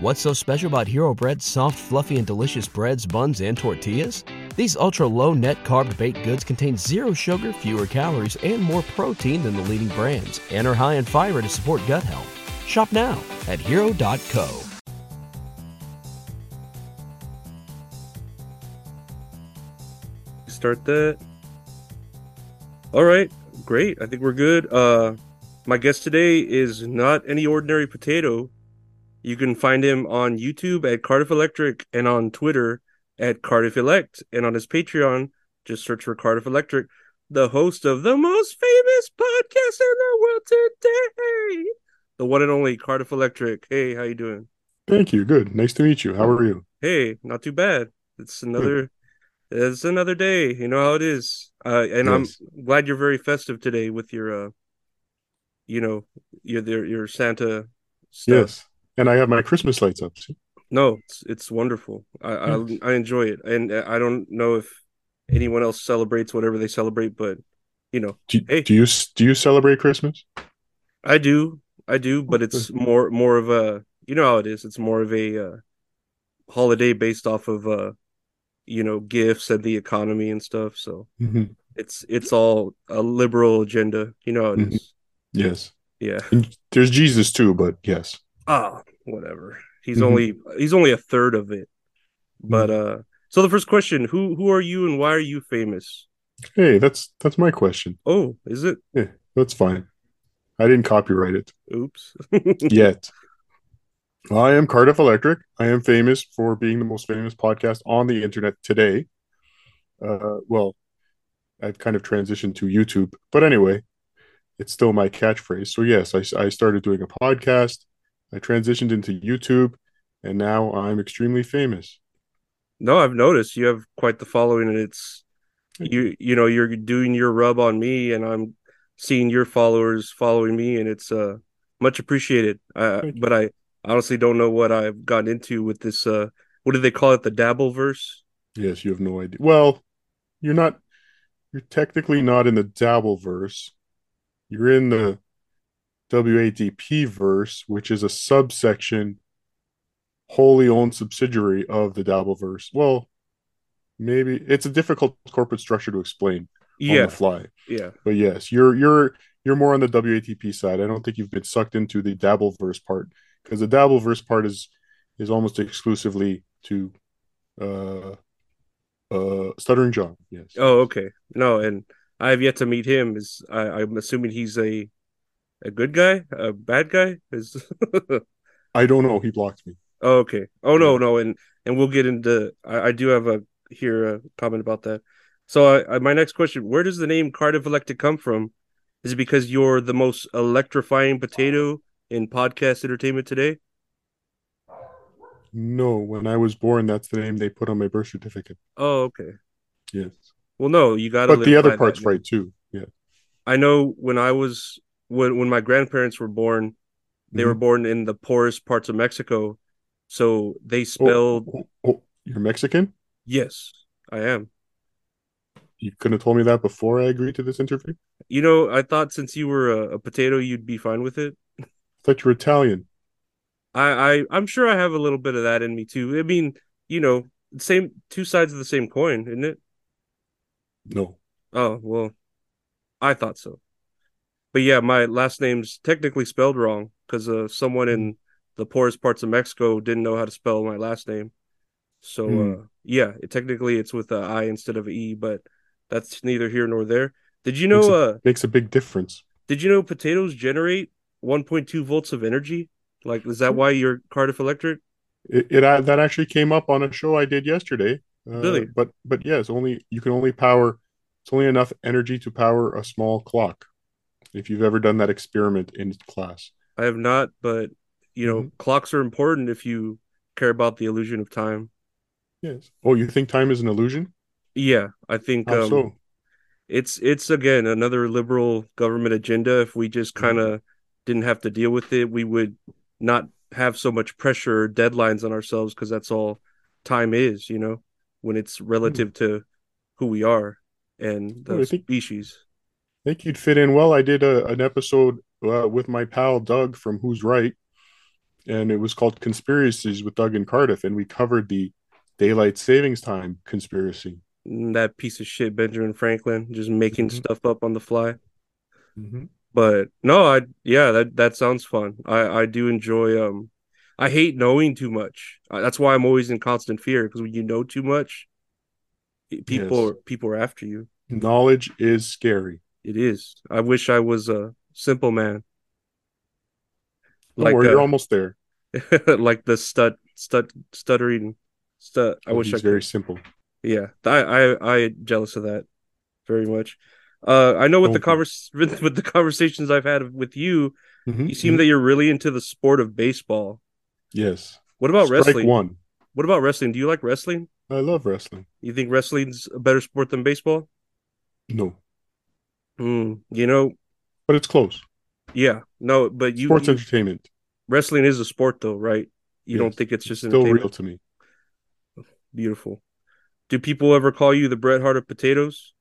What's so special about Hero Bread's soft, fluffy, and delicious breads, buns, and tortillas? These ultra low net carb baked goods contain zero sugar, fewer calories, and more protein than the leading brands, and are high in fiber to support gut health. Shop now at hero.co. Start that. All right, great. I think we're good. Uh, my guest today is not any ordinary potato. You can find him on YouTube at Cardiff Electric and on Twitter at Cardiff Elect and on his Patreon. Just search for Cardiff Electric, the host of the most famous podcast in the world today, the one and only Cardiff Electric. Hey, how you doing? Thank you. Good. Nice to meet you. How are you? Hey, not too bad. It's another, it's another day. You know how it is. Uh, and Nice. I'm glad you're very festive today with your, uh, you know, your your, your Santa. Stuff. Yes. And I have my Christmas lights up. See? No, it's it's wonderful. I I, I enjoy it, and uh, I don't know if anyone else celebrates whatever they celebrate, but you know, Do, Hey. do you do you celebrate Christmas? I do, I do. But it's more more of a you know how it is. It's more of a uh, holiday based off of uh, you know gifts and the economy and stuff. So Mm-hmm. it's it's all a liberal agenda. You know how it Mhm. is. Yes. Yeah. And there's Jesus too, but yes. Ah, whatever. He's Mhm. only he's only a third of it. But Mm-hmm. uh, so the first question: Who who are you and why are you famous? Hey, that's that's my question. Oh, is it? That's fine. I didn't copyright it Oops. yet. I am Cardiff Electric. I am famous for being the most famous podcast on the internet today. Uh, well, I've kind of transitioned to YouTube, but anyway, it's still my catchphrase. So, yes, I, I started doing a podcast, I transitioned into YouTube, and now I'm extremely famous. No, I've noticed you have quite the following, and it's Mm-hmm. you. You know, you're doing your rub on me, and I'm seeing your followers following me, and it's uh much appreciated. Uh, Thank you. but I honestly don't know what I've gotten into with this. Uh, what do they call it? The dabble verse? Yes, you have no idea. Well, you're not, you're technically not in the dabble verse, you're in the WADP verse, which is a subsection wholly owned subsidiary of the dabble verse. Well, maybe it's a difficult corporate structure to explain on Yeah, the fly. yeah. But yes, you're you're you're more on the WATP side. I don't think you've been sucked into the Dabbleverse part because the Dabbleverse part is is almost exclusively to uh uh Stuttering John. Yes. Oh, okay. No, and I have yet to meet him. Is I, I'm assuming he's a a good guy, a bad guy? Is I don't know. He blocked me. Oh, okay. Oh no, Yeah. no, and and we'll get into. I, I do have a here a comment about that. So I, I my next question: Where does the name Cardiff Electric come from? Is it because you're the most electrifying potato in podcast entertainment today? No, when I was born, that's the name they put on my birth certificate. Oh, okay. Yes. Well, no, you got to. But the other part's right too. Yeah. I know when I was when when my grandparents were born, they were born in the poorest parts of Mexico, so they spelled Oh, oh, you're Mexican? yes, I am. You couldn't have told me that before I agreed to this interview. You know, I thought since you were a, a potato, you'd be fine with it. I thought you were Italian. I, I I'm sure I have a little bit of that in me too. I mean, you know, same two sides of the same coin, isn't it? No. Oh, well, I thought so. But yeah, my last name's technically spelled wrong because uh, someone in Hmm. the poorest parts of Mexico didn't know how to spell my last name. So Hmm. uh, yeah, it, technically it's with a I instead of a E, but that's neither here nor there. Did you know? Makes Uh, Makes a big difference. did you know potatoes generate 1.2 volts of energy? Like, is Hmm. that why you're Cardiff Electric? It, it uh, that actually came up on a show I did yesterday. Uh, Really? But but yes, only you can only power. It's only enough energy to power a small clock. If you've ever done that experiment in class, I have not, but you know, Mm-hmm. clocks are important if you care about the illusion of time. yes. Oh, you think time is an illusion? Yeah, I think How um, so? it's it's again another liberal government agenda. If we just Mhm. kind of didn't have to deal with it, we would not have so much pressure or deadlines on ourselves because that's all time is, you know, when it's relative to who we are and the Mm-hmm. Well, I think- species. I think you'd fit in well. I did a, an episode uh, with my pal Doug from Who's Right, and it was called Conspiracies with Doug and Cardiff, and we covered the daylight savings time conspiracy. That piece of shit, Benjamin Franklin, just making Mhm. stuff up on the fly. Mm-hmm. But no, I yeah, that that sounds fun. I I do enjoy. Um, I hate knowing too much. Uh, That's why I'm always in constant fear because when you know too much, it- people Yes. are, people are after you. Knowledge is scary. It is. I wish I was a simple man, Don't like worry, uh, you're almost there. like the stud stud stuttering stut. I wish I He's could. very simple. Yeah, I I I jealous of that very much. Uh, I know with the Don't be. convers with, with the conversations I've had with you, Mhm. you seem that you're really into the sport of baseball. yes. What about Strike wrestling? one. What about wrestling? Do you like wrestling? I love wrestling. You think wrestling's a better sport than baseball? No, Hmm. Mm. you know, but it's close. yeah, no, but you, Sports you- entertainment wrestling is a sport though, right? You don't Yes. think it's just still entertainment? real to me. Beautiful. Do people ever call you the Bret Hart of potatoes?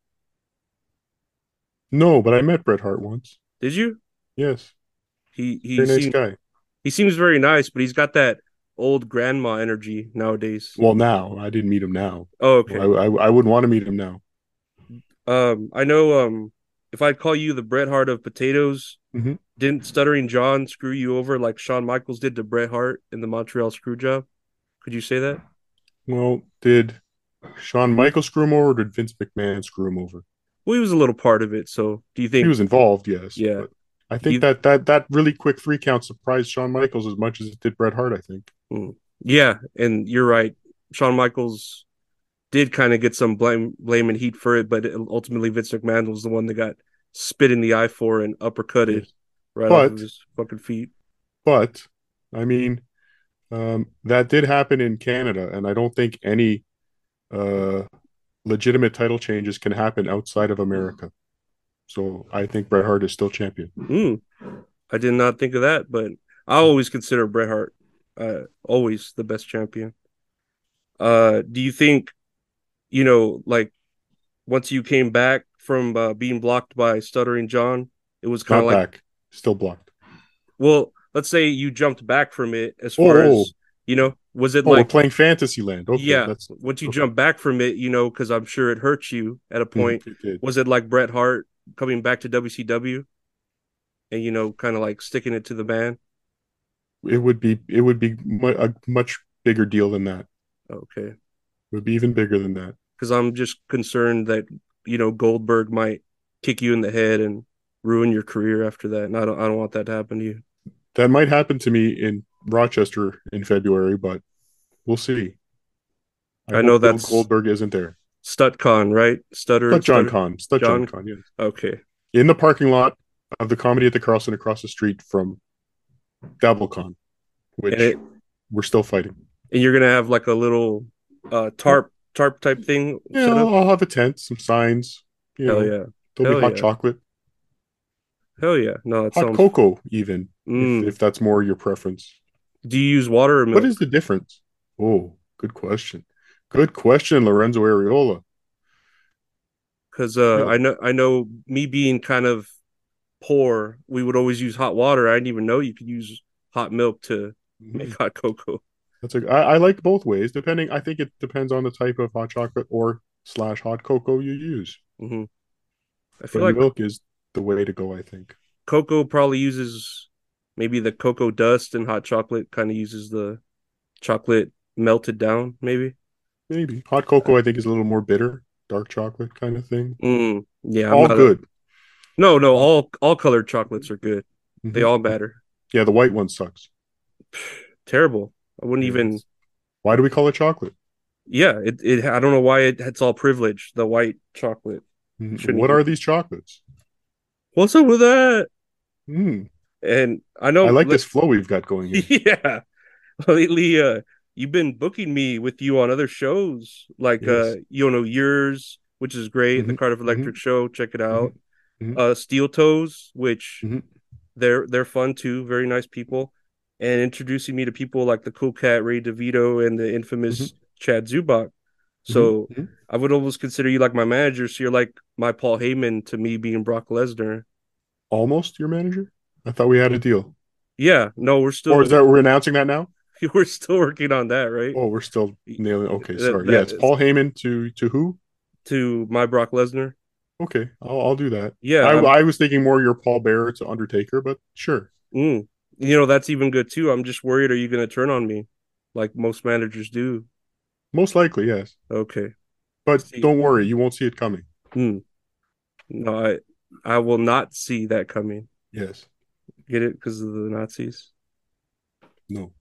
No, but I met Bret Hart once. Did you? Yes, He he very nice seemed- guy. he seems very nice, but he's got that old grandma energy nowadays. Well, now I didn't meet him. Now Oh, okay. I, I I wouldn't want to meet him now. Um, I know. Um, if I call you the Bret Hart of potatoes, Mhm. didn't Stuttering John screw you over like Shawn Michaels did to Bret Hart in the Montreal Screwjob? Could you say that? Well, did Shawn Michaels screw him over, or did Vince McMahon screw him over? Well, he was a little part of it. So, do you He think? was involved, yes. Yeah. but I think You- that that that really quick three count surprised Shawn Michaels as much as it did Bret Hart. I think. yeah, and you're right. Shawn Michaels did kind of get some blame, blame and heat for it, but ultimately Vince McMahon was the one that got spit in the eye for and uppercutted Yes. right off of But- his fucking feet. But I mean, um, that did happen in Canada, and I don't think any uh, legitimate title changes can happen outside of America. So I think Bret Hart is still champion. Mm. I did not think of that, but I always consider Bret Hart uh, always the best champion. Uh, do you think, you know, like once you came back from uh, being blocked by Stuttering John, it was kind Not of like, back, still blocked. well, let's say you jumped back from it as far Oh. as, you know, was it Oh, like, we're playing Fantasyland. Okay, yeah, that's once you okay. jump back from it, you know, because I'm sure it hurts you at a point. It did. Was it like Bret Hart coming back to WCW and, you know, kind of like sticking it to the man? It would be it would be mu- a much bigger deal than that. Okay. It would be even bigger than that. Because I'm just concerned that, you know, Goldberg might kick you in the head and ruin your career after that. And I don't I don't want that to happen to you. That might happen to me in Rochester in February, but we'll see. I know hope Bill that's- Goldberg isn't there. StutCon, right? Stutter. But John stutter- Con, Stud John John- Con, yeah. Okay. in the parking lot of the comedy at the Carlson across the street from DabbleCon, which And it we're still fighting. and you're gonna have like a little uh tarp tarp type thing Yeah, set I'll, up. I'll have a tent, some signs. You know, Hell yeah. there'll be Hell hot yeah. chocolate, Hell yeah. No, that hot sounds cocoa, even Mm. if, if that's more your preference. Do you use water or milk? What is the difference? Oh, good question. Good question, Lorenzo Areola. Because uh, Milk. I know I know me being kind of poor, we would always use hot water. I didn't even know you could use hot milk to make Mm. hot cocoa. That's a, I, I like both ways, depending. I think it depends on the type of hot chocolate or slash hot cocoa you use. hmm I feel But like milk is the way to go, I think. cocoa probably uses maybe the cocoa dust and hot chocolate kind of uses the chocolate melted down maybe Maybe hot cocoa, I think, is a little more bitter, dark chocolate kind of thing. mm, yeah I'm All not a- good. no no all all colored chocolates are good they Mhm. all matter Yeah, the white one sucks. terrible i wouldn't Yeah, even it's- Why do we call it chocolate? yeah it, it i don't know why it, it's all privileged the white chocolate Mhm. Shouldn't What be. are these chocolates? what's up with that Mm. and i know I like Oh, let- this flow we've got going here. yeah lately uh you've been booking me with you on other shows like uh Yes. you know yours which is great the Mhm, cardiff electric show check it out mhm. uh steel toes which Mhm. they're they're fun too very nice people and introducing me to people like the cool cat ray devito and the infamous Mm-hmm. chad zubak so Mhm. i would almost consider you like my manager so you're like my paul heyman to me being brock lesnar almost your manager. I thought we had a deal. Yeah, no, we're still or is that we're announcing that now? we're still working on that, right? Oh, we're still nailing. Okay, That- sorry. that yeah, it's is- Paul Heyman to to who? To my Brock Lesnar. Okay, I'll, I'll do that. Yeah, I, I'm- I was thinking more your Paul Bearer to Undertaker, but sure. mm, you know that's even good too. I'm just worried. Are you going to turn on me, like most managers do? Most likely, yes. Okay. But See. don't worry, you won't see it coming. Mm. No, I I will not see that coming. Yes. Get it because of the Nazis. No.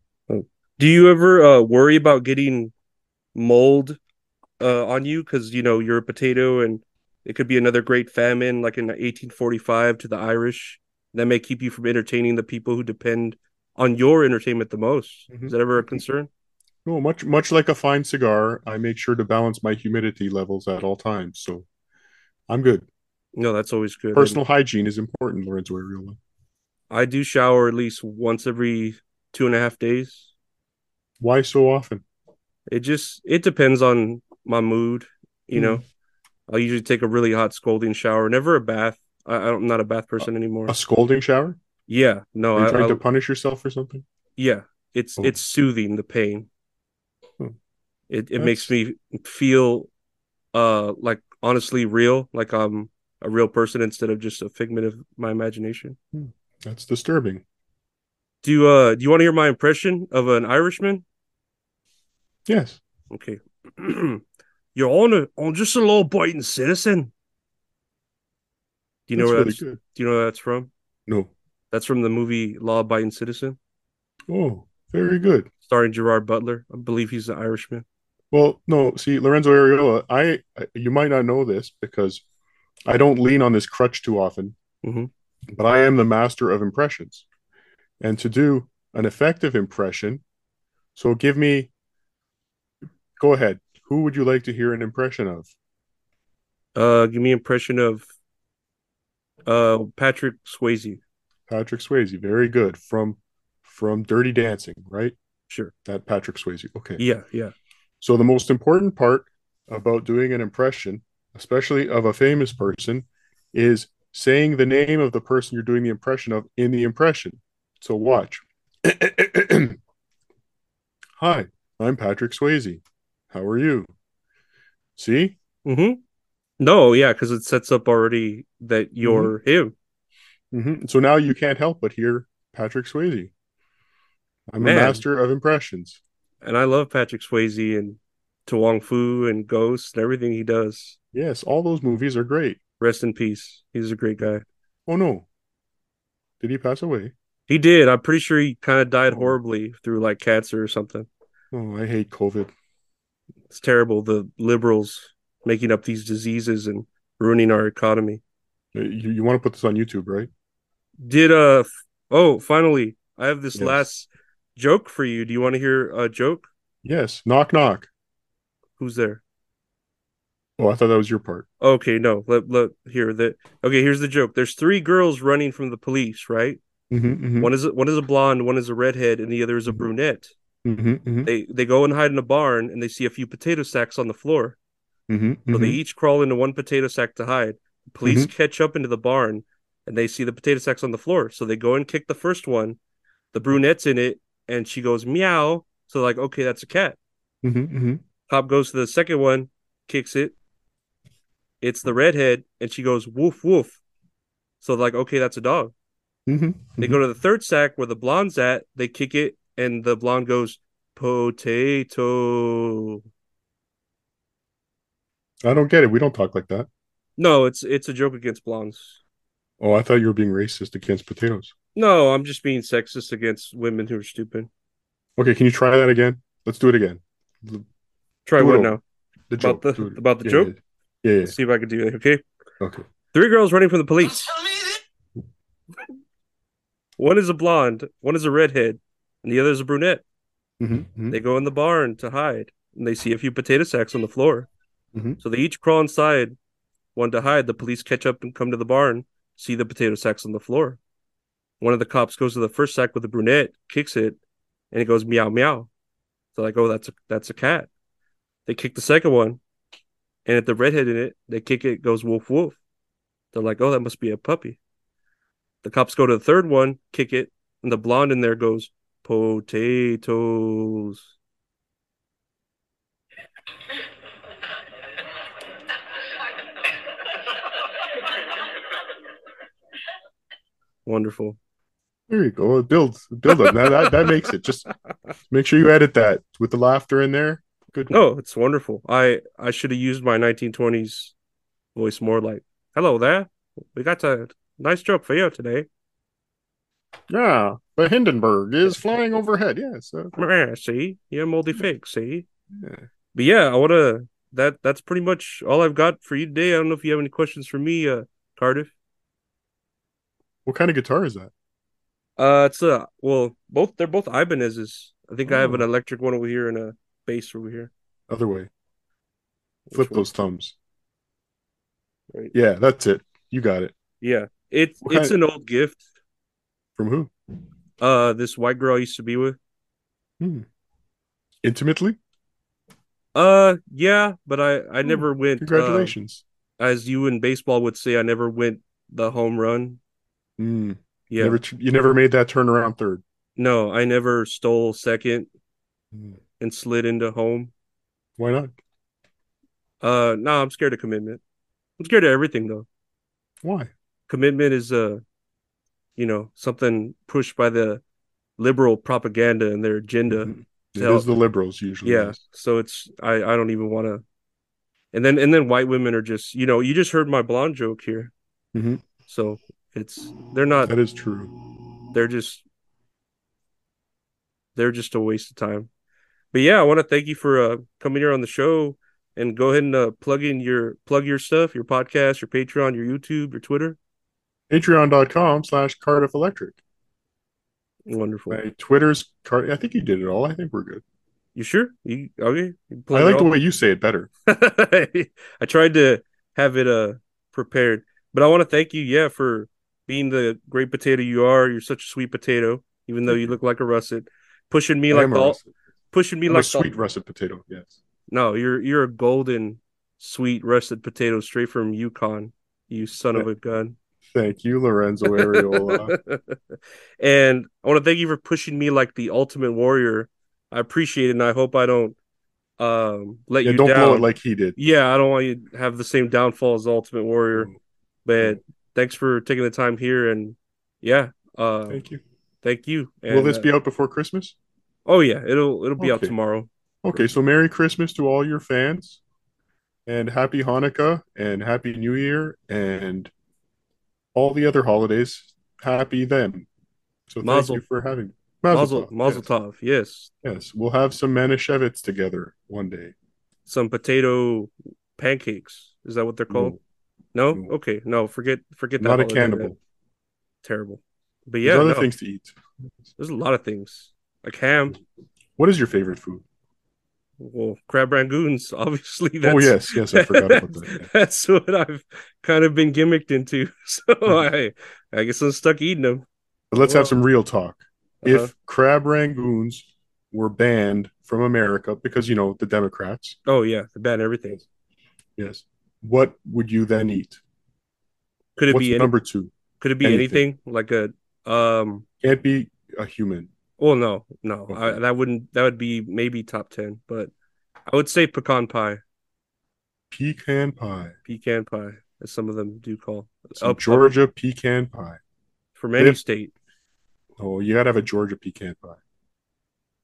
Do you ever uh, worry about getting mold uh, on you? Because you know you're a potato, and it could be another great famine, like in 1845 to the Irish, that may keep you from entertaining the people who depend on your entertainment the most. Mhm. Is that ever a concern? No, much much like a fine cigar, I make sure to balance my humidity levels at all times. So I'm good. No, that's always good. Personal hygiene is important, Lorenzo Ariola. And I do shower at least once every two and a half days. Why so often? It just it depends on my mood, you Mm. know. I usually take a really hot scalding shower, never a bath. I, I don't- I'm not a bath person anymore. A scolding shower? Yeah, no, Are Uh, you Oh, I, trying I- to punish yourself or something? yeah, it's Oh. it's soothing the pain. Hmm. It it makes That's- me feel uh like honestly real, like I'm a real person instead of just a figment of my imagination. That's disturbing. Do you uh do you want to hear my impression of an Irishman? Yes. Okay. Your Honor, I'm just a law abiding citizen. Do you know that's where really that's good. do you know where that's from? No. That's from the movie Law Abiding Citizen, Oh, very good. starring Gerard Butler. I believe he's an Irishman. Well, no, see, Lorenzo Ariola, I you might not know this because I don't lean on this crutch too often, Mhm. but I am the master of impressions. And to do an effective impression, so give me, go ahead. Who would you like to hear an impression of? Uh, give me an impression of uh Patrick Swayze. Patrick Swayze, very good from from Dirty Dancing, right? Sure. That Patrick Swayze. Okay. Yeah, yeah. So the most important part about doing an impression, especially of a famous person, is saying the name of the person you're doing the impression of in the impression. So watch. Hi, I'm Patrick Swayze. How are you? See? Mm-hmm. No, yeah, because it sets up already that Mm-hmm. you're him. hmm So now you can't help but hear Patrick Swayze. I'm Man. a master of impressions. And I love Patrick Swayze and To Wong Fu and Ghosts and everything he does. Yes, all those movies are great. Rest in peace. He's a great guy. Oh no. Did he pass away? He did. I'm pretty sure he kind of died Oh. horribly through like cancer or something. Oh, I hate COVID. It's terrible. The liberals making up these diseases and ruining our economy. Uh, You, you want to put this on YouTube, right? Did uh f- oh finally I have this Yes. last joke for you. Do you want to hear a joke? Yes. Knock knock. Who's there? Oh, I thought that was your part. Okay, no. Let let hear that. Okay, here's the joke. There's three girls running from the police, right? Mm-hmm, One is a, one is a blonde, one is a redhead, and the other is a Mhm. brunette. mm-hmm, mm-hmm, They they go and hide in a barn, and they see a few potato sacks on the floor. mm-hmm, So they each crawl into one potato sack to hide. The police catch up into the barn and they see the potato sacks on the floor. So they go and kick the first one. The brunette's in it and she goes meow. So like, okay, that's a cat. mm-hmm, Cop goes to the second one, kicks it. It's the redhead and she goes woof woof. So like, okay, that's a dog. mm-hmm. They go to the third sack where the blonde's at. They kick it and the blonde goes potato. I don't get it. We don't talk like that. No, it's it's a joke against blondes. Oh, I thought you were being racist against potatoes. No, I'm just being sexist against women who are stupid. Okay, can you try that again? Let's do it again. The Try Do it one over. now. the About joke. the- Do it. about the Yeah, joke? Yeah, yeah, Let's see if I can do it. Okay. yeah. Okay. Three girls running from the police. One is a blonde, one is a redhead, and the other is a brunette. Mm-hmm, They go in the barn to hide, and they see a few potato sacks on the floor. Mhm. So they each crawl inside, one to hide. The police catch up and come to the barn, see the potato sacks on the floor. One of the cops goes to the first sack with the brunette, kicks it, and it goes meow meow. So like, oh, that's a that's a cat. They kick the second one, and at the redhead in it, they kick it, it goes woof woof. They're like, oh, that must be a puppy. The cops go to the third one, kick it, and And the blonde in there goes, potatoes. Wonderful. There you go. It builds, build up. that, that that makes it. Just make sure you edit that with the laughter in there. Good. one. No, it's wonderful. I I should have used my 1920s voice more like, "Hello there. We got a nice job for you today." Yeah, the Hindenburg is flying overhead. Uh, Yeah. So Meh, See, you're moldy fake. See, yeah. but yeah, I wanna. That that's pretty much all I've got for you today. I don't know if you have any questions for me, uh, Cardiff. what kind of guitar is that? Uh, it's uh, well, both they're both Ibanez's. I think I have an Oh. electric one over here and a bass over here. Other way. Flip Which one? those thumbs. Right. Yeah, that's it. You got it. Yeah, it What it's kind- an old gift. From who? Uh, this white girl I used to be with. Hmm. Intimately. Uh, yeah, but I I Hmm, never went. uh, Congratulations. as you in baseball would say, I never went the home run. Hmm. Yeah, Never, tr- you never made that turnaround third. no, I never stole second and slid into home. Why not? Uh, no, I'm scared of commitment. I'm scared of everything though. Why? Commitment is uh, you know, something pushed by the liberal propaganda and their agenda. Mhm. It Tell- is the liberals usually. Yeah. yes. So it's I I don't even want to. And then and then white women are just you know you just heard my blonde joke here. Mhm. So it's they're not that is true. they're just they're just a waste of time. But yeah, I want to thank you for uh, coming here on the show and go ahead and uh, plug in your plug your stuff, your podcast, your Patreon, your YouTube, your Twitter. Patreon.com slash Cardiff Electric. Wonderful. My Twitter's Card. I think you did it all. I think we're good. You sure? You okay? You I plug like it the all? way you say it better. I tried to have it uh prepared, but I want to thank you, yeah, for being the great potato you are. You're such a sweet potato, even though you look like a russet. Pushing me I like am a the al- russet. pushing me I'm a like the- sweet russet potato. Yes. no, you're you're a golden sweet russet potato straight from Yukon. You son of a gun. Thank you, Lorenzo Areola. and I want to thank you for pushing me like the ultimate warrior. I appreciate it, and I hope I don't um let yeah, you don't down. blow it like he did. Yeah, I don't want you to have the same downfall as the Ultimate Warrior. Mm. But thanks for taking the time here, and yeah, uh, Thank you. thank you. Will And, this uh, be out before Christmas? Oh yeah, it'll it'll be out Okay. tomorrow. Okay, so Merry Christmas to all your fans, and Happy Hanukkah, and Happy New Year, and all the other holidays. Happy them. So thank Mazel. you for having me. Mazel tov, Mazel yes. Tov. Yes, Yes, we'll have some Manischewitz together one day. some potato pancakes. Is that what they're called? No. No. Okay. No. Forget forget that. Mm. Not a holiday. That- cannibal. Terrible. But yeah, There's other no, things to eat. there's a lot of things like ham. What is your favorite food? Oh, Well, crab rangoons. Obviously, that's Oh yes, yes, I forgot about that. That's what I've kind of been gimmicked into. So Hmm. I, I guess I'm stuck eating them. But let's Well, have some real talk. Uh-huh. If crab rangoons were banned from America because you know the Democrats, oh yeah, they ban everything. yes, what would you then eat? Could it What's be any, number two? could it be anything. anything? like a um? Can't be a human. Well, no, no, I, Okay. that wouldn't. That would be maybe top ten, but I would say pecan pie, Pecan pie. pecan pie, as some of them do call Some Up- up- Georgia pecan pie. from any if- state. Oh, you gotta have a Georgia pecan pie.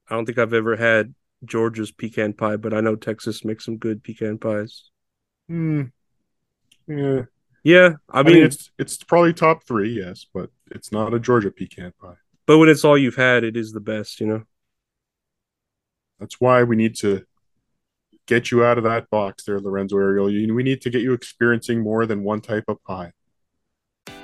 I don't think I've ever had Georgia's pecan pie, but I know Texas makes some good pecan pies. Hmm. Yeah. Yeah, I I mean, mean, it's it's probably top three, yes, but it's not a Georgia pecan pie. but when it's all you've had, it is the best, you know. That's why we need to get you out of that box there, Lorenzo Ariel. You- We need to get you experiencing more than one type of pie.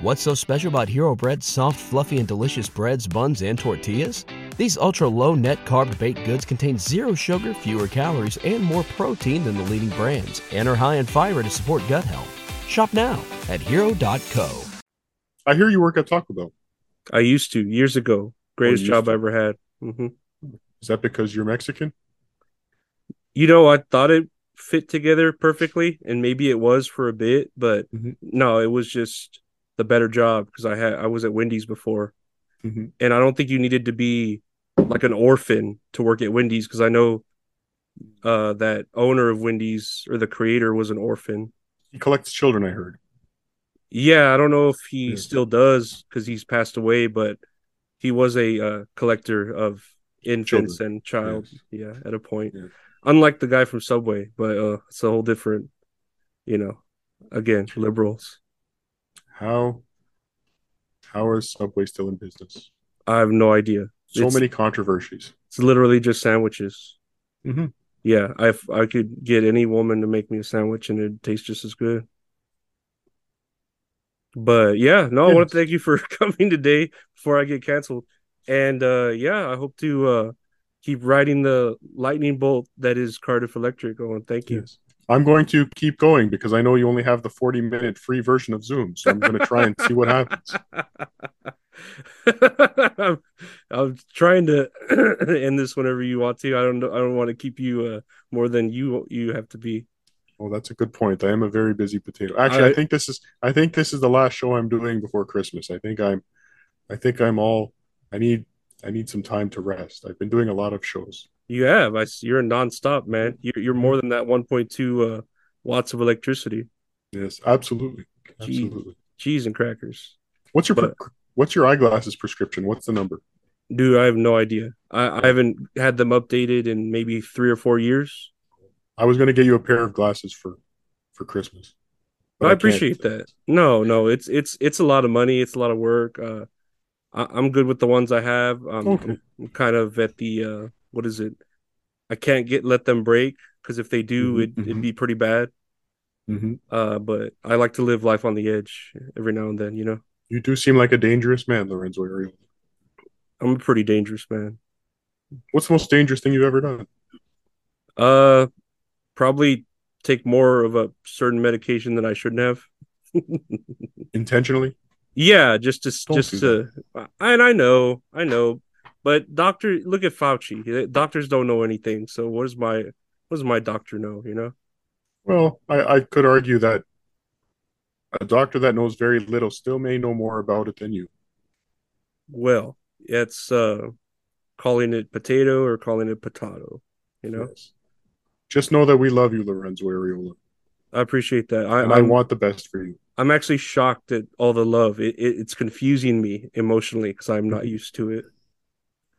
What's so special about Hero Bread's soft, fluffy, and delicious breads, buns, and tortillas? These ultra low net carb baked goods contain zero sugar, fewer calories, and more protein than the leading brands, and are high in fiber to support gut health. Shop now at hero.co. I hear you work at Taco Bell. I used to years ago. Greatest used job to. Mm-hmm. I ever had. hmm Is that because you're Mexican? You know, I thought it fit together perfectly, and maybe it was for a bit, but Mhm. no, it was just the better job because I had I was at Wendy's before, Mhm. and I don't think you needed to be like an orphan to work at Wendy's because I know uh, that owner of Wendy's or the creator was an orphan. He collects children, I heard. Yeah, I don't know if he Yeah. still does because he's passed away, but he was a uh, collector of infants and child. Yeah, at a point, Yeah. unlike the guy from Subway, but uh, it's a whole different, you know, again, liberals. How how is Subway still in business? I have no idea. So It's- many controversies. It's literally just sandwiches. Mhm. Yeah, I f- I could get any woman to make me a sandwich and it'd taste just as good. But yeah, no, I want Yes. to thank you for coming today before I get canceled. And uh yeah, I hope to uh keep riding the lightning bolt that is Cardiff Electric. I want to thank you. Yes. I'm going to keep going because I know you only have the 40 minute free version of Zoom. So I'm going to try and see what happens. I'm, I'm trying to end this whenever you want to. I don't know. I don't want to keep you uh, more than you you have to be. Well, that's a good point. I am a very busy potato. Actually, I, I- think this is I think this is the last show I'm doing before Christmas. I think I'm I think I'm all I need I need some time to rest. I've been doing a lot of shows. You have. I, s- you're a nonstop man. You're, you're more than that 1.2 uh, watts of electricity. Yes, absolutely. Gee. Absolutely. Cheese and crackers. What's your pre- what's your eyeglasses prescription? What's the number? Dude, I have no idea. I, I haven't had them updated in maybe three or four years. I was going to get you a pair of glasses for for Christmas. but I can't. appreciate that. No, no, it's it's it's a lot of money. It's a lot of work. Uh, I, I'm good with the ones I have. Um, Okay. I'm, I'm kind of at the uh, what is it? I can't get let them break because if they do, Mhm, it it'd mhm. be pretty bad. Mhm. Uh, but I like to live life on the edge every now and then. You know, You do seem like a dangerous man, Lorenzo Ariel. I'm a pretty dangerous man. What's the most dangerous thing you've ever done? Uh, probably take more of a certain medication than I shouldn't have. Intentionally? Yeah, just to Don't just do to, and I know, I know, but doctor, look at Fauci. Doctors don't know anything. So what does my what does my doctor know? You know? Well, I, I could argue that a doctor that knows very little still may know more about it than you. Well, it's uh calling it potato or calling it potato. You know, Yes. Just know that we love you, Lorenzo Ariola, I appreciate that. I and I, I'm, want the best for you. I'm actually shocked at all the love. It, it it's confusing me emotionally because I'm Mm-hmm. not used to it.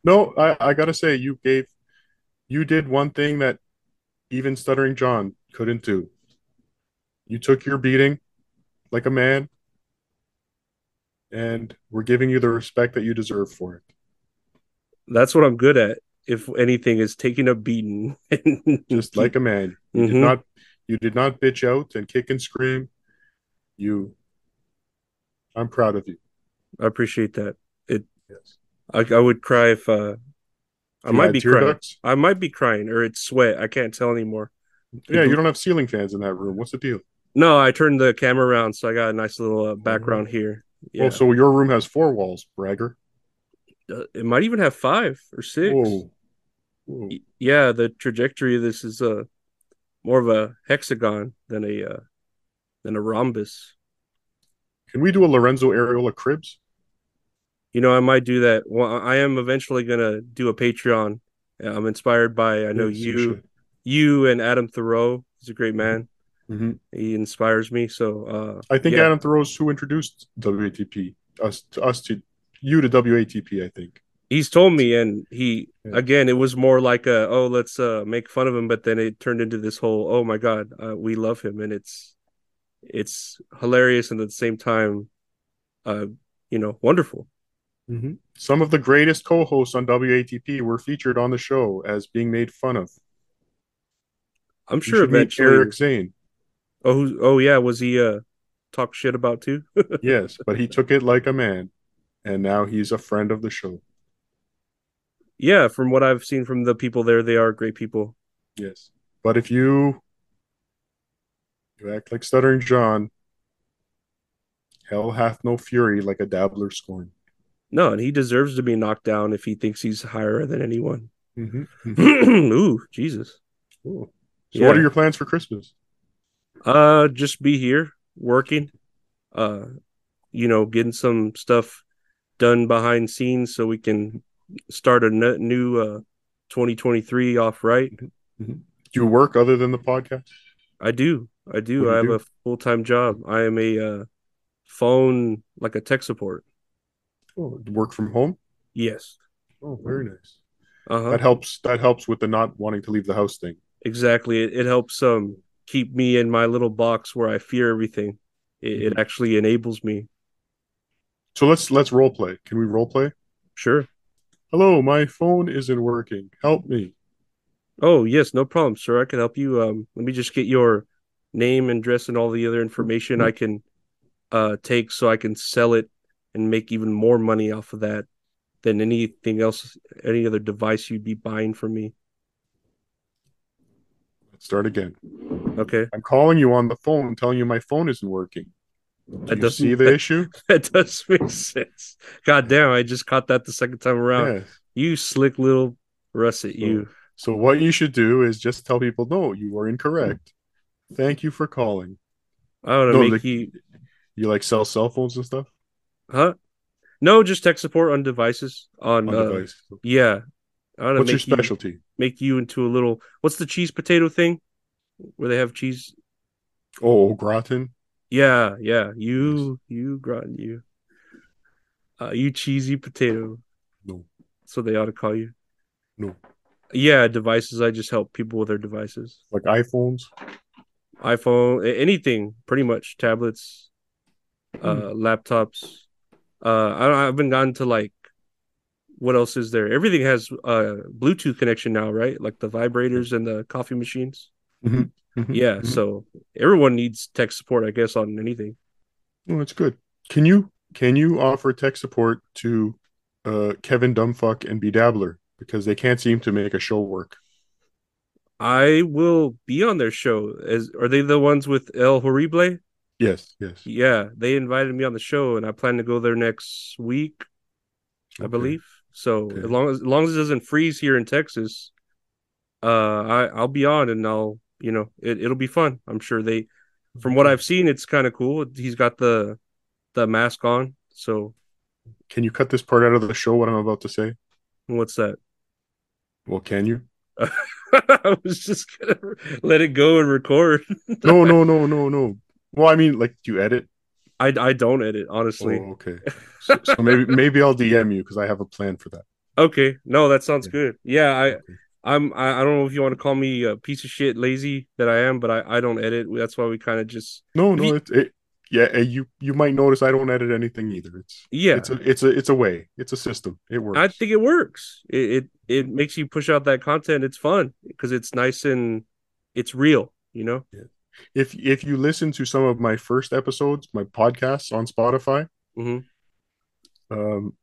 No, I, I gotta say, you gave, you did one thing that even stuttering John couldn't do. You took your beating like a man, and we're giving you the respect that you deserve for it. That's what I'm good at. If anything, is taking a beating. Just like a man, you did Mhm. not, you did not bitch out and kick and scream. You, I'm proud of you. I appreciate that. Yes, I, I would cry if uh, I You might had be tear crying. ducts? I might be crying, or it's sweat. I can't tell anymore. Mm-hmm. Yeah, you don't have ceiling fans in that room. What's the deal? No, I turned the camera around, so I got a nice little uh, background Oh. here. Yeah, Well, so your room has four walls, bragger. Uh, it might even have five or six. Whoa. Whoa. Y- Yeah, the trajectory of this is uh, more of a hexagon than a uh, than a rhombus. Can we do a Lorenzo Areola Cribs? You know, I might do that. Well, I am eventually gonna do a Patreon. I'm inspired by I know Yes, you, should. you and Adam Thoreau. He's a great man. Mhm. He inspires me. So uh, I Mm-hmm. think yeah. Adam Thoreau's who introduced WATP us to us to you to WATP. I think he's told me and he Yeah. again it was more like a oh let's uh make fun of him but then it turned into this whole oh my god uh, we love him and it's it's hilarious and at the same time uh you know wonderful Mm-hmm. some of the greatest co-hosts on WATP were featured on the show as being made fun of. i'm You sure should meet eventually Eric Zane. oh who- oh yeah was he uh talk shit about too yes, but he took it like a man, and now he's a friend of the show. yeah from what i've seen from the people there they are great people Yes, but if you you act like stuttering John, hell hath no fury like a dabbler scorn. no and he deserves to be knocked down if he thinks he's higher than anyone Mm-hmm. ooh jesus So, Yeah. what are your plans for Christmas? Uh, just be here working. Uh, you know, getting some stuff done behind scenes so we can start a n- new uh, 2023 off right. Do you work other than the podcast? I do. I do. What do you I have do? a full time job. I am a uh, phone, like a tech support. Oh, work from home. Yes. Oh, very nice. Uh huh. That helps. That helps with the not wanting to leave the house thing. Exactly. It, it helps um keep me in my little box where I fear everything. It, Mm-hmm. it actually enables me. So let's let's role play. Can we role play? Sure. Hello, my phone isn't working. Help me. Oh yes, no problem, sir. I can help you. Um, let me just get your name and address and all the other information I can uh take so I can sell it and make even more money off of that than anything else, any other device you'd be buying from me. Let's start again. Okay. I'm calling you on the phone, telling you my phone isn't working. Do That you see doesn't the issue? that does make sense. God damn, I just caught that the second time around. Yes. You slick little russet, you. So what you should do is just tell people, no, you are incorrect. Thank you for calling. I want to No, make the- you, You like sell cell phones and stuff huh? No, just tech support on devices. On, on uh, device. yeah. I want to What's make your you specialty? make you into a little. What's the cheese potato thing? Where they have cheese? Oh, gratin. Yeah, yeah. You, you, Groton, you. Uh, you cheesy potato. No, So they ought to call you. No. Yeah, devices. I just help people with their devices. like iPhones. iPhone, a- anything, pretty much. Tablets, uh, laptops. Uh, I, don't- I haven't gotten to like what else is there. Everything has uh Bluetooth connection now, right? Like the vibrators and the coffee machines. Mm-hmm. Yeah, so everyone needs tech support, I guess, on anything. Oh, that's good. Can you can you offer tech support to uh, Kevin Dumbfuck and Bedabbler because they can't seem to make a show work? I will be on their show. As are they the ones with El Horrible? Yes, yes. Yeah, they invited me on the show, and I plan to go there next week. I Okay. believe. So Okay. as long as, as long as it doesn't freeze here in Texas, uh, I I'll be on and I'll you know it it'll be fun. I'm sure they, from what I've seen, it's kind of cool. He's got the the mask on. So Can you cut this part out of the show? What I'm about to say. what's that? Well, can you? I was just gonna let it go and record. No, no, no, no, no. Well, I mean, like, do you edit? I I don't edit honestly. Oh, okay. So, so maybe maybe I'll DM you because I have a plan for that. Okay, no, that sounds Oh. Yeah. good. Yeah, I Okay. I'm I, I don't know if you want to call me a piece of shit lazy that I am, but I I don't edit. That's why we kind of just No, no, you- it, it yeah, and you you might notice I don't edit anything either. It's yeah. it's a it's a it's a way. It's a system. It works. I think it works. It it, it makes you push out that content. It's fun because it's nice and it's real. You know. if if you listen to some of my first episodes, my podcasts on Spotify, Mhm. Mm-hmm. um,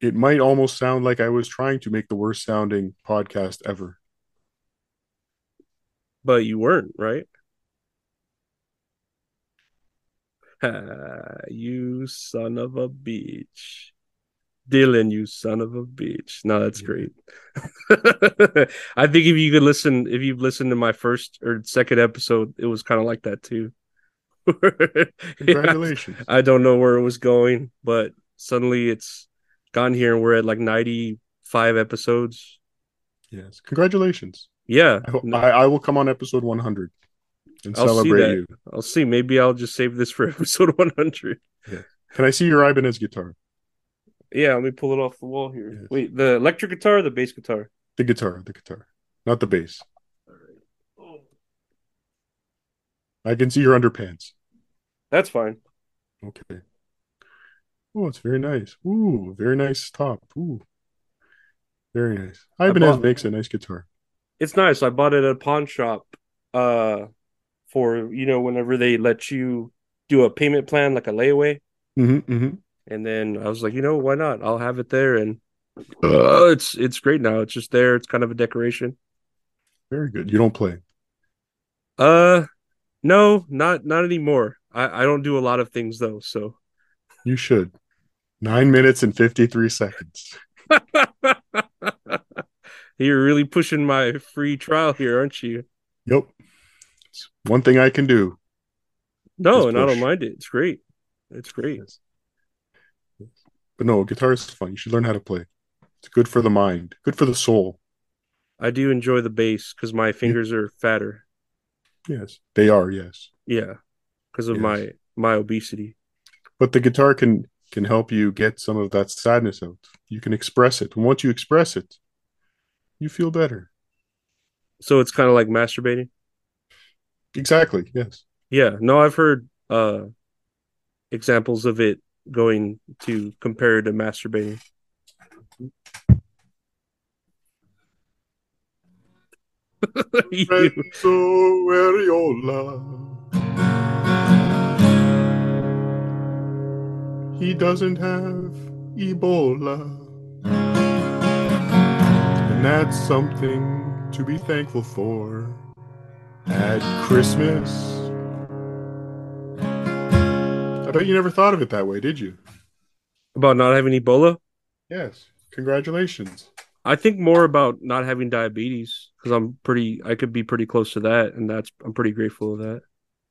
it might almost sound like I was trying to make the worst sounding podcast ever. But you weren't right. Ah, you son of a bitch, Dylan. You son of a bitch. No, that's Yeah. great. I think if you could listen, if you've listened to my first or second episode, it was kind of like that too. Yeah. Congratulations. I don't know where it was going, but suddenly it's gone here and we're at like 95 episodes. Yes. Congratulations. Yeah. I, ho- No, I, I will come on episode 100 and I'll see celebrate that. you. I'll see. Maybe I'll just save this for episode 100. Can I see your Ibanez guitar? Yeah, let me pull it off the wall here. Yes. Wait, the electric guitar or the bass guitar? The guitar, the guitar, not the bass. Oh, I can see your underpants. That's fine. Okay. Oh, it's very nice. Ooh, very nice top. Ooh, very nice. Ibanez bought- makes a nice guitar. It's nice. I bought it at a pawn shop uh for, you know, whenever they let you do a payment plan like a layaway. hmm hmm and then I was like, you know, why not? I'll have it there, and uh, it's it's great now. It's just there. It's kind of a decoration. Very good. You don't play. Uh, no, not not anymore. I I don't do a lot of things though, so You should. Nine minutes and 53 seconds. you're really pushing my free trial here, aren't you? Yep. It's one thing I can do. No, Just and I don't push. mind it. It's great. It's great. But no, guitar is fun. You should learn how to play. It's good for the mind, good for the soul. I do enjoy the bass because my fingers are fatter. Yes, they are. Yes, Yeah, because of Yes. my my obesity. but the guitar can can help you get some of that sadness out. You can express it, and once you express it, you feel better. So it's kind of like masturbating. Exactly. Yes. Yeah, no, I've heard uh examples of it going to compare to masturbating. You- Lorenzo Areola. He doesn't have Ebola. And that's something to be thankful for at Christmas. I bet you never thought of it that way, did you? about not having Ebola? Yes. Congratulations. I think more about not having diabetes because I'm pretty, I could be pretty close to that, and that's I'm pretty grateful of that.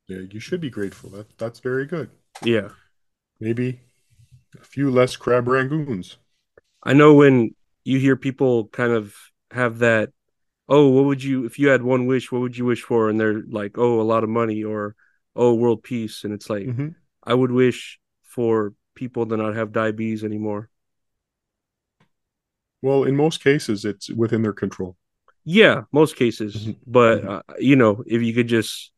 Yeah, you should be grateful. That that's very good. Yeah, Maybe a few less crab rangoons. I know when you hear people kind of have that, oh, what would you if you had one wish? What would you wish for? And they're like, oh, a lot of money or oh, world peace, and it's like Mm-hmm. I would wish for people to not have diabetes anymore. Well, in most cases, it's within their control. Yeah, most cases, Mhm. but uh, you know, if you could just,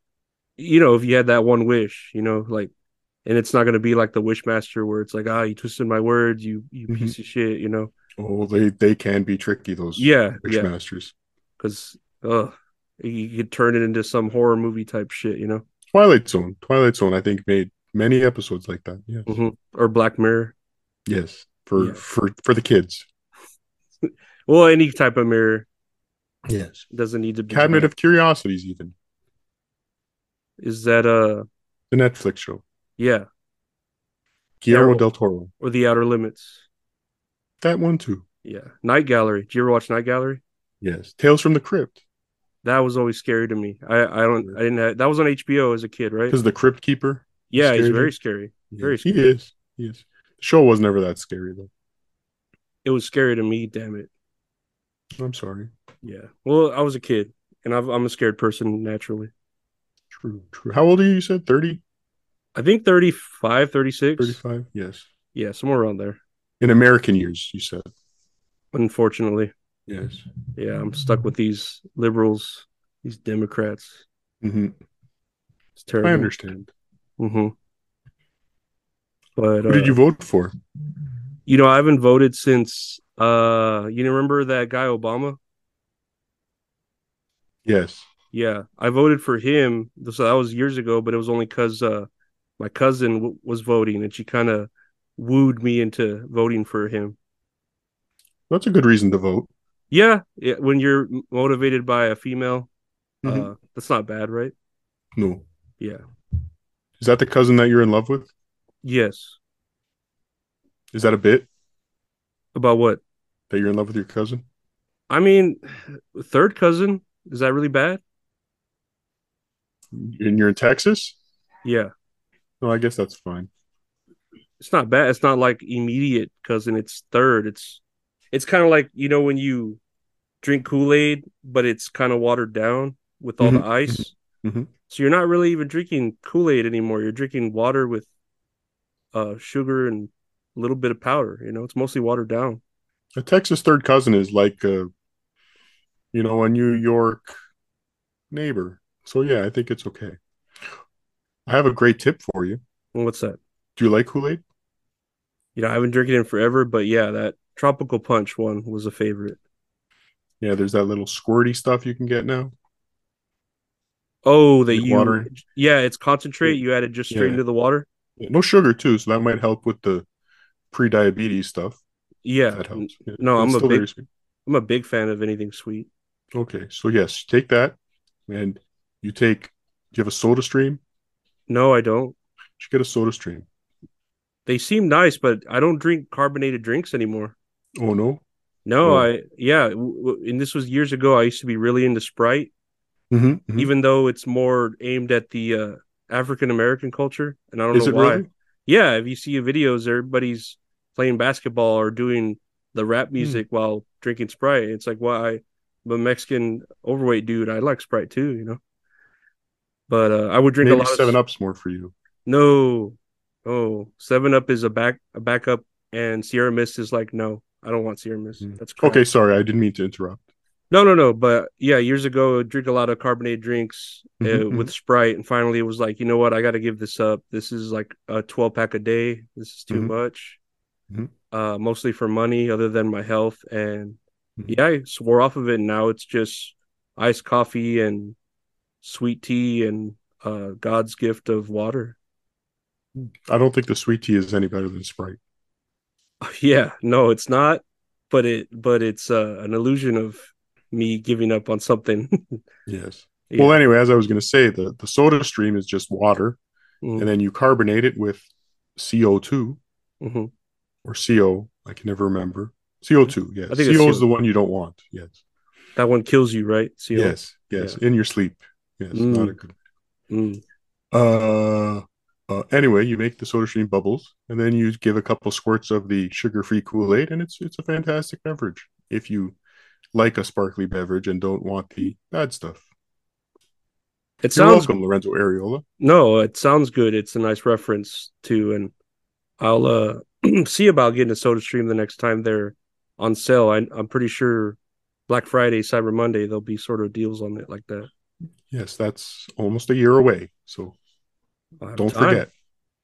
you know, if you had that one wish, you know, like, and it's not going to be like the Wishmaster where it's like, ah, you twisted my words, you you Mhm. piece of shit, you know. Oh, they they can be tricky, those Yeah, yeah, witchmasters. because uh, you could turn it into some horror movie type shit, you know, Twilight Zone. Twilight Zone, I think, made many episodes like that. Yes. Mhm. or Black Mirror. Yes. For Yeah. for for the kids. Well, any type of mirror Yes. doesn't need to be. Cabinet black. of Curiosities, even. is that uh, The Netflix show. yeah, Guillermo Daryl. del Toro. or the Outer Limits. That one too. Yeah, Night Gallery. Did you ever watch Night Gallery? Yes. Tales from the Crypt. That was always scary to me. I I don't I didn't have, that was on HBO as a kid, right? Because the Crypt Keeper. Yeah, he's scared very you? scary. Yeah, Very he scary. is. He is. The show was never that scary though. It was scary to me, damn it. I'm sorry. Yeah. Well, I was a kid and I've, I'm a scared person naturally. True, true. How old are you? You said 30, I think 35, 36. 35? Yes. Yeah, somewhere around there. In American years, you said. Unfortunately. Yes. Yeah, I'm stuck with these liberals, these Democrats. hmm It's terrible. I understand. Mm-hmm. But Who uh, did you vote for? you know, I haven't voted since uh you remember that guy Obama? Yes. Yeah, I voted for him. So that was years ago, but it was only because uh, my cousin w- was voting, and she kind of wooed me into voting for him. That's a good reason to vote. Yeah, yeah. When you're m- motivated by a female, Mhm. uh, that's not bad, right? No. Yeah. Is that the cousin that you're in love with? Yes. Is that a bit About what? that you're in love with your cousin? I mean, third cousin is that really bad? And you're in Texas? Yeah, No, I guess that's fine. it's not bad. It's not like immediate cousin. It's third. It's it's kind of like you know when you drink Kool Aid, but it's kind of watered down with all Mhm. the ice. Mhm. So you're not really even drinking Kool Aid anymore. You're drinking water with uh, sugar and a little bit of powder. You know, it's mostly watered down. A Texas third cousin is like a, you know, a New York neighbor. So yeah, I think it's okay. I have a great tip for you. And what's that? Do you like Kool-Aid? You know, I haven't drinking it in forever, but yeah, that tropical punch one was a favorite. Yeah, there's that little squirty stuff you can get now. Oh, that Like you, water? yeah, it's concentrate. You add it just straight Yeah. into the water. No sugar too, so that might help with the pre-diabetes stuff. Yeah, That helps. Yeah. No, I'm It's a still big- very sweet. I'm a big fan of anything sweet. Okay, so yes, take that, and you take. Do you have a Soda Stream? You No, I don't. should get a Soda Stream. They seem nice, but I don't drink carbonated drinks anymore. Oh no. No, Oh. I yeah, w- w- and this was years ago. I used to be really into Sprite. Mm-hmm. even though it's more aimed at the uh, African American culture, and I don't Is know it why. really? Yeah, if you see videos, everybody's playing basketball or doing the Hmm. rap music while drinking Sprite. It's like why I'm a Mexican overweight dude. I like Sprite too, you know. But uh, I would drink a Maybe lot seven of ups more for you. no, oh, Seven Up is a back a backup, and Sierra Mist is like no, I don't want Sierra Mist. Mm. That's crap. Okay, sorry, I didn't mean to interrupt. No, no, no. But yeah, years ago, I drink a lot of carbonated drinks uh, Mhm, with Sprite, and finally, it was like, you know what? I got to give this up. This is like a twelve pack a day. This is too Mhm. much. Mhm. Uh, mostly for money, other than my health, and Mhm. yeah, I swore off of it. And now it's just iced coffee and sweet tea and uh, God's gift of water. I don't think the sweet tea is any better than Sprite. yeah, no, it's not. But it, but it's uh, an illusion of me giving up on something. Yes. Yeah. Well, anyway, as I was going to say, the, the soda stream is just water, Mm, and then you carbonate it with CO2 mhm. or CO. I can never remember. CO2, yes. I think it's CO is CO. the one you don't want. Yes. That one kills you, right? CO. Yes. Yes. In your sleep. Yes. Mm. Not a good. Mm. Uh, uh, anyway, you make the soda stream bubbles, and then you give a couple squirts of the sugar-free Kool-Aid, and it's it's a fantastic beverage if you like a sparkly beverage and don't want the bad stuff. It You're sounds welcome, Lorenzo Areola. no, it sounds good. It's a nice reference to, and I'll uh, see about getting a Soda Stream the next time they're on sale. I, I'm pretty sure Black Friday, Cyber Monday, there'll be sort of deals on it like that. Yes, that's almost a year away, so I'll have don't time. forget.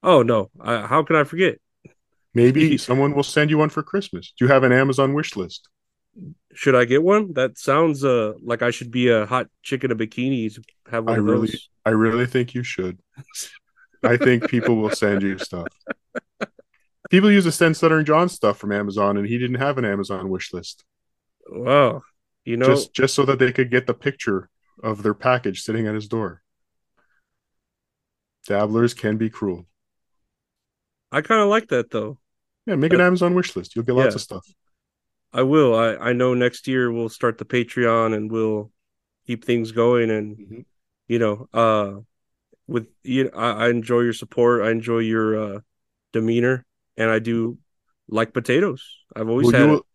Oh no, I, how can I forget? Maybe someone will send you one for Christmas. Do you have an Amazon wish list? Should I get one? That sounds uh like I should be a hot chick in a bikini to have one I of really- those. I really think you should. I think people will send you stuff. People used to send Stuttering John stuff from Amazon, and he didn't have an Amazon wish list. Wow, you know, just just so that they could get the picture of their package sitting at his door. Dabblers can be cruel. I kind of like that though. Yeah, make an Uh, Amazon wish list. You'll get lots yeah. of stuff. I will. I, I know next year we'll start the Patreon and we'll keep things going. And you know, uh, with you, I, I enjoy your support. I enjoy your uh, demeanor, and I do like potatoes. I've always Will had. you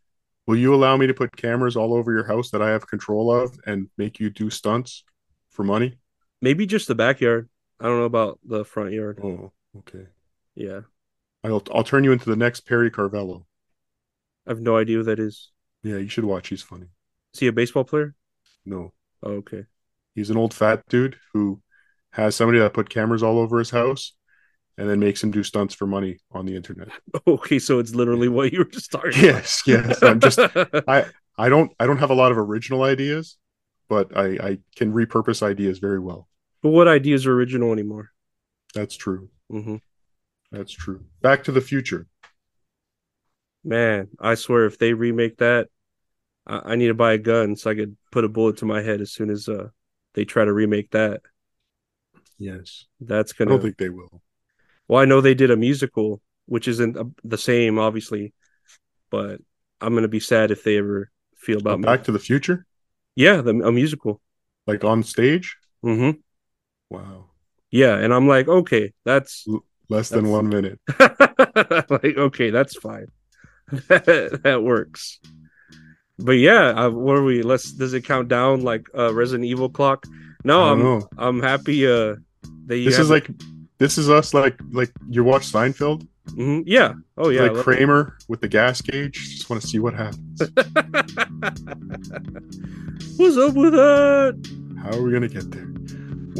will you allow me to put cameras all over your house that I have control of and make you do stunts for money? Maybe just the backyard. I don't know about the front yard. Oh, okay. Yeah, I'll I'll turn you into the next Perry Carvello. I have no idea who that is. Yeah, you should watch. He's funny. Is he a baseball player? No, Oh, okay. he's an old fat dude who has somebody that put cameras all over his house and then makes him do stunts for money on the internet. Okay, so it's literally what you were just talking. Yes, yes. I'm about. just I don't I don't have a lot of original ideas, but I, I can repurpose ideas very well. but what ideas are original anymore? That's true. hmm That's true. Back to the future. Man, I swear if they remake that, I, I need to buy a gun so I could put a bullet to my head as soon as uh they try to remake that. Yes. That's I gonna. don't think they will. Well, I know they did a musical, which isn't uh, the same, obviously, but I'm gonna be sad if they ever feel about me. Back to the future? Yeah, the, a musical. Like on stage? hmm Wow. Yeah, and I'm like, okay, that's Less than That's- one minute. like okay, that's fine. that, that works. But yeah, I, what are we? Let's. Does it count down like uh, Resident Evil clock? No, I don't I'm. know. I'm happy uh that you This have- is like this is us like like you watch Seinfeld? Mhm, yeah. Oh yeah. like Kramer with the gas gauge. Just want to see what happens. What's up with that? How are we gonna get there?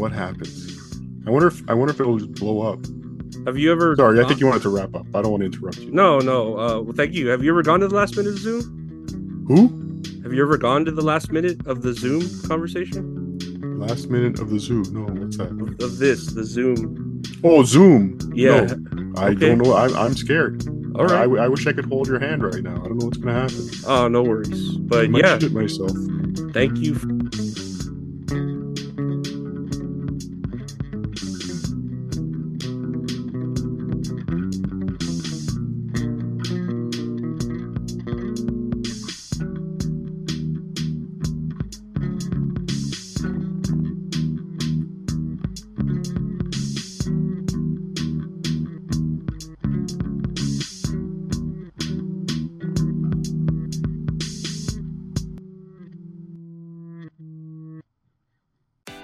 What happens? I wonder if I wonder if it'll just blow up. Have you ever Sorry, I think you wanted to wrap up. I don't want to interrupt you. No, no. Uh well, thank you. Have you ever gone to the last minute of Zoom? Who? Have you ever gone to the last minute of the Zoom conversation? Last minute of the zoo. No, what's that? Of, of this, the Zoom. Oh, Zoom. Yeah. No, I Okay. don't know. I'm, I'm scared. All I, right. I wish I could hold your hand right now. I don't know what's going to happen. Oh, no worries. I But might yeah, shit myself. thank you